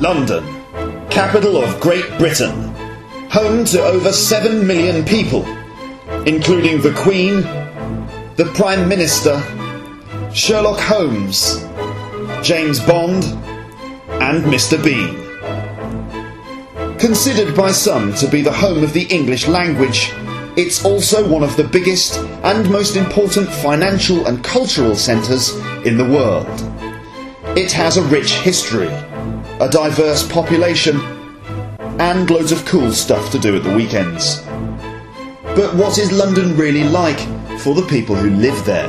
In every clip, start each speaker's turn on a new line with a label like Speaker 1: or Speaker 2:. Speaker 1: London, capital of Great Britain, home to over 7 million people, including the Queen, the Prime Minister, Sherlock Holmes, James Bond, and Mr. Bean. Considered by some to be the home of the English language, it's also one of the biggest and most important financial and cultural centres in the world. It has a rich history a diverse population, and loads of cool stuff to do at the weekends. But what is London really like for the people who live there?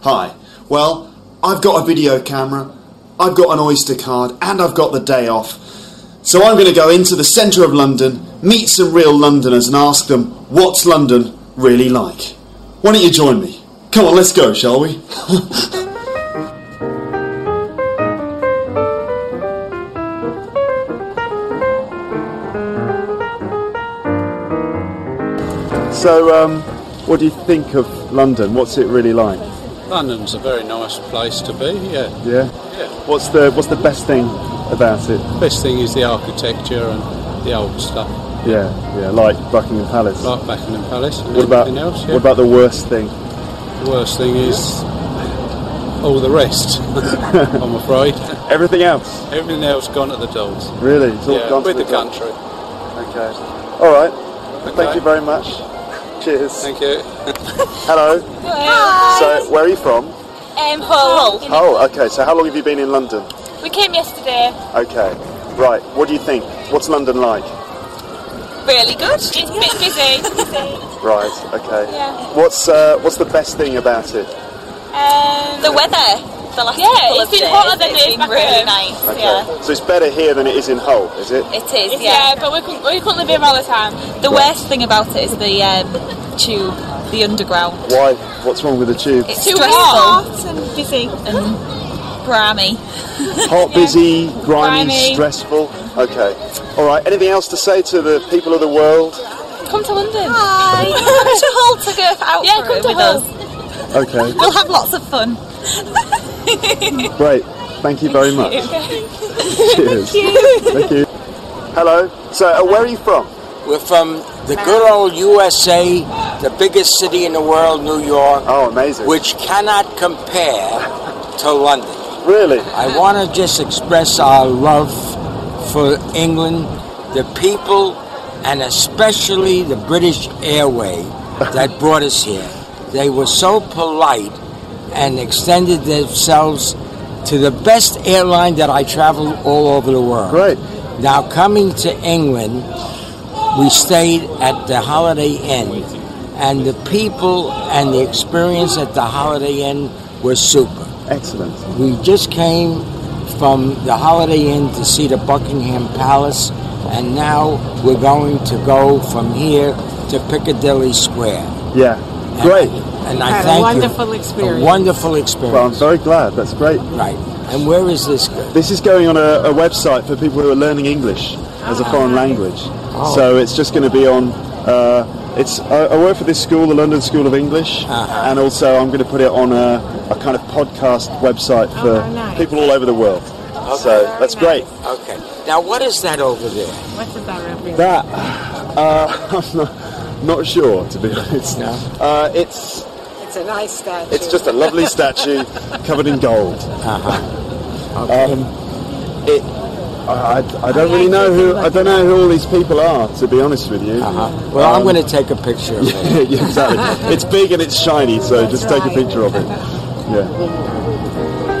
Speaker 1: Hi, well, I've got a video camera, I've got an Oyster card, and I've got the day off. So I'm going to go into the centre of London, meet some real Londoners, and ask them what's London really like. Why don't you join me? Come on, let's go, shall we? So, um, what do you think of London? What's it really like?
Speaker 2: London's a very nice place to be, yeah.
Speaker 1: Yeah. What's the What's the best thing about it?
Speaker 2: Best thing is the architecture and the old stuff,
Speaker 1: Yeah, yeah. Like Buckingham Palace.
Speaker 2: like Buckingham Palace and
Speaker 1: what about
Speaker 2: everything else. Yeah.
Speaker 1: What about the worst thing?
Speaker 2: the worst thing is all the rest, I'm afraid.
Speaker 1: Everything else.
Speaker 2: Everything else gone at the dolls.
Speaker 1: Really? It's all
Speaker 2: Yeah,
Speaker 1: gone to
Speaker 2: with the
Speaker 1: top.
Speaker 2: country.
Speaker 1: Okay. All right. Thank you very much. Cheers.
Speaker 2: Thank you.
Speaker 1: Hello. So, where are you from?
Speaker 3: Um, Hull.
Speaker 1: Oh, okay. So, how long have you been in London?
Speaker 3: We came yesterday.
Speaker 1: Okay. Right. What do you think? What's London like?
Speaker 3: Really good. It's a bit busy.
Speaker 1: Right. Okay.
Speaker 3: Yeah.
Speaker 1: What's uh, What's the best thing about it?
Speaker 3: um, the weather. The last yeah, it's been hotter than it's been really nice.
Speaker 1: Okay. So it's better here than it is in Hull, is it?
Speaker 3: It is, yeah. but we couldn't, we couldn't live here all the time. The worst thing about it is the um, tube, the underground.
Speaker 1: Why? What's wrong with the tube?
Speaker 3: It's too hot and busy and grimy.
Speaker 1: Hot, busy, grimy,
Speaker 3: Grimy.
Speaker 1: stressful. Okay. All right. Anything else to say to the people of the world?
Speaker 3: Come to London. Hi. come to Hull to go out yeah, come to with us.
Speaker 1: Okay.
Speaker 3: We'll have lots of fun.
Speaker 1: Great. Thank you very much. Cheers. Thank you. Hello. So, uh, where are you from?
Speaker 4: We're from the good old USA, the biggest city in the world, New York,
Speaker 1: Oh, amazing.
Speaker 4: which cannot compare to London.
Speaker 1: really?
Speaker 4: I want to just express our love for England, the people, and especially the British Airway that brought us here. They were so polite and extended themselves to the best airline that I traveled all over the world.
Speaker 1: Great.
Speaker 4: Now, coming to England, we stayed at the Holiday Inn, and the people and the experience at the Holiday Inn was super.
Speaker 1: Excellent.
Speaker 4: We just came from the Holiday Inn to see the Buckingham Palace, and now we're going to go from here to Piccadilly Square.
Speaker 1: Yeah.
Speaker 4: And-
Speaker 1: Great.
Speaker 4: And I
Speaker 5: Had a
Speaker 4: thank
Speaker 5: wonderful
Speaker 4: you.
Speaker 5: experience.
Speaker 4: A wonderful
Speaker 1: Well, I'm
Speaker 4: experience.
Speaker 1: very glad. That's great.
Speaker 4: right. And where is this?
Speaker 1: This is going on a, a website for people who are learning English as a
Speaker 5: Ah.
Speaker 1: foreign language.
Speaker 5: Oh.
Speaker 1: So it's just going to be on. Uh, it's I, I work for this school, the London School of English,
Speaker 4: Uh-huh.
Speaker 1: and also I'm going to put it on a, a kind of podcast website for
Speaker 5: Oh, nice.
Speaker 1: people all over the world. So that's
Speaker 5: Very
Speaker 1: great.
Speaker 4: Okay. Now, what is that over there?
Speaker 5: What's the barrier?
Speaker 1: That uh, I'm not, not sure to be honest.
Speaker 4: No.
Speaker 1: Uh, it's
Speaker 5: It's a nice statue.
Speaker 1: it's just a lovely statue covered in gold.
Speaker 4: Uh huh. Okay.
Speaker 1: It
Speaker 6: Um, I, Uh-huh. I, I don't really know who I don't know who all these people are. To be honest with you.
Speaker 4: Uh-huh. Well, I'm
Speaker 6: Um,
Speaker 4: going to take a picture of it.
Speaker 6: yeah, exactly. It's big and it's shiny, so just take a picture of it. Yeah.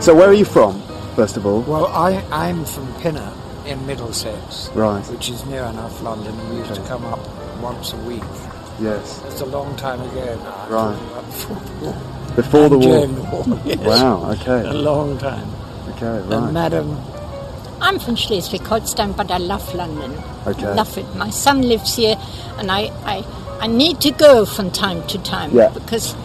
Speaker 6: So where are you from, first of all?
Speaker 7: Well, I, I'm from Pinner in Middlesex,
Speaker 6: Right.
Speaker 7: which is near enough London. We used to come up once a week.
Speaker 6: Yes.
Speaker 7: It's a long time ago now.
Speaker 6: Right.
Speaker 7: Up from
Speaker 6: Before the war.
Speaker 7: during the war. yes.
Speaker 6: Wow.
Speaker 7: A
Speaker 6: Okay.
Speaker 7: long time.
Speaker 6: Okay.
Speaker 7: And
Speaker 6: Right.
Speaker 7: Madam,
Speaker 5: I'm from Schleswig-Holstein, but I love London.
Speaker 6: Okay.
Speaker 5: Love it. My son lives here, and I, I, I need to go from time to time
Speaker 6: Yeah.
Speaker 5: because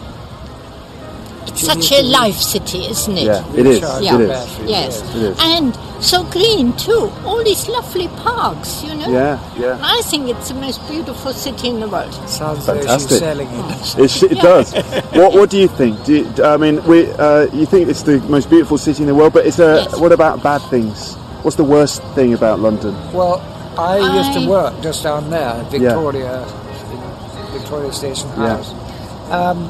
Speaker 5: it's such a life city, isn't it?
Speaker 6: Yeah. It is.
Speaker 5: Yeah.
Speaker 6: It is.
Speaker 5: Yes.
Speaker 6: It is.
Speaker 5: And so green too. All these lovely parks, you know.
Speaker 6: Yeah. Yeah.
Speaker 5: I think it's the most beautiful city in the world.
Speaker 7: sounds like
Speaker 6: Fantastic.
Speaker 7: she's selling it.
Speaker 6: It, it does. What What do you think? Do you, I mean, we uh, you think it's the most beautiful city in the world, but it's a.
Speaker 5: Yes.
Speaker 6: What about bad things? What's the worst thing about London?
Speaker 7: Well, I, used
Speaker 5: I-
Speaker 7: to work just down there, Victoria, Victoria Station
Speaker 6: Yeah.
Speaker 7: House. Um,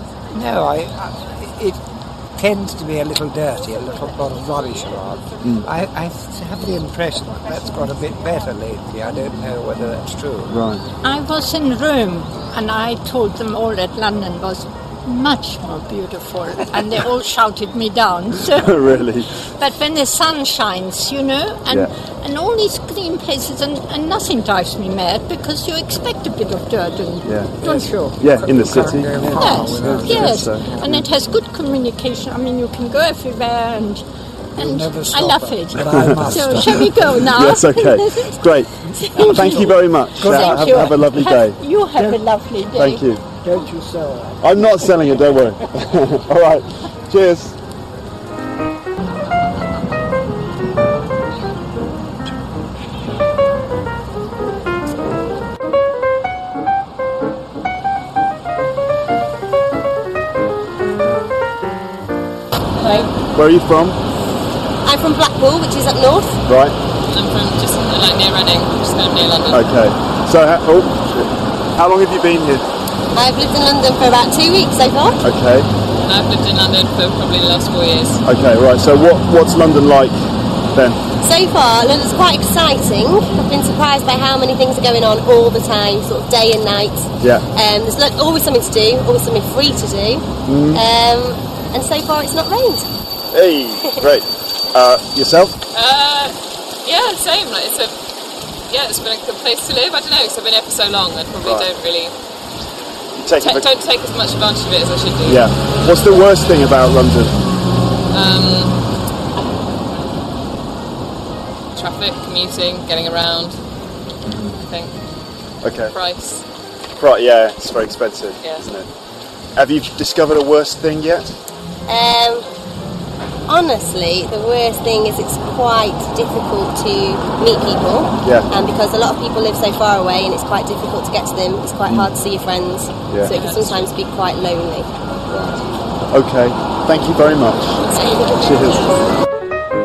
Speaker 7: no, I, I it tends to be a little dirty, a little lot of rubbish around.
Speaker 6: Hmm.
Speaker 7: I, I have the impression that that's got a bit better lately. I don't know whether that's true.
Speaker 6: Right.
Speaker 5: I was in Rome, and I told them all that London was much more beautiful, and they all shouted me down. So,
Speaker 6: really.
Speaker 5: but when the sun shines, you know, and
Speaker 6: Yeah.
Speaker 5: and all these green places, and, and nothing drives me mad because you expect a bit of dirt, and,
Speaker 6: Yeah.
Speaker 5: don't you?
Speaker 6: Yeah, in the city.
Speaker 7: Can't go
Speaker 6: Yeah.
Speaker 7: far
Speaker 5: Yes,
Speaker 7: without-
Speaker 5: yes,
Speaker 6: so.
Speaker 5: and it has good communication. I mean, you can go everywhere, and and
Speaker 7: never
Speaker 5: I
Speaker 7: stop
Speaker 5: love
Speaker 7: it.
Speaker 5: it.
Speaker 7: But I must
Speaker 5: so
Speaker 7: stop.
Speaker 5: shall we go now?
Speaker 6: Yes. Okay. Great. Thank you very much. Uh, have,
Speaker 5: Thank you.
Speaker 6: have a lovely
Speaker 5: Have-
Speaker 6: day.
Speaker 5: You have a lovely day.
Speaker 6: Thank you.
Speaker 7: Don't you sell that?
Speaker 6: I'm not selling it. Don't worry. All right. Cheers.
Speaker 3: Hello.
Speaker 6: Where are you from?
Speaker 3: I'm from Blackpool, which is up north.
Speaker 6: Right.
Speaker 3: I'm from just like near Reading, just kind of near London.
Speaker 6: Okay. So, ha- oh, how long have you been here?
Speaker 3: I've lived in London for about two weeks so far.
Speaker 6: Okay.
Speaker 3: I've lived in London for probably the last four years.
Speaker 6: Okay. Right. So, what what's London like then?
Speaker 8: So far, London's quite exciting. I've been surprised by how many things are going on all the time, sort of day and night.
Speaker 6: Yeah.
Speaker 8: Um, there's like, always something to do, always something free to do. Um, and so far, it's not rained.
Speaker 6: Mm. Hey, great. Uh, yourself?
Speaker 3: Uh, yeah, same. Like it's a yeah, it's been a good place to live. I don't know because I've been here for so long. I probably
Speaker 6: Right.
Speaker 3: don't really
Speaker 6: You take a
Speaker 3: ta
Speaker 6: look-
Speaker 3: don't take as much advantage of it as I should do.
Speaker 6: Yeah. What's the worst thing about London?
Speaker 3: Traffic, commuting, getting around. I think
Speaker 6: Okay.
Speaker 3: price.
Speaker 6: Right. Yeah, it's very expensive,
Speaker 3: Yeah.
Speaker 6: isn't it? Have you discovered a worst thing yet?
Speaker 8: Um, honestly, the worst thing is it's quite difficult to meet people.
Speaker 6: Yeah.
Speaker 9: Um,
Speaker 8: And because a lot of people live so far away and it's quite difficult to get to them, it's quite hard to see your friends.
Speaker 6: Hmm. Yeah.
Speaker 8: So it can sometimes be quite lonely.
Speaker 6: Okay. Thank you very much. Cheers.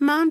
Speaker 9: Mom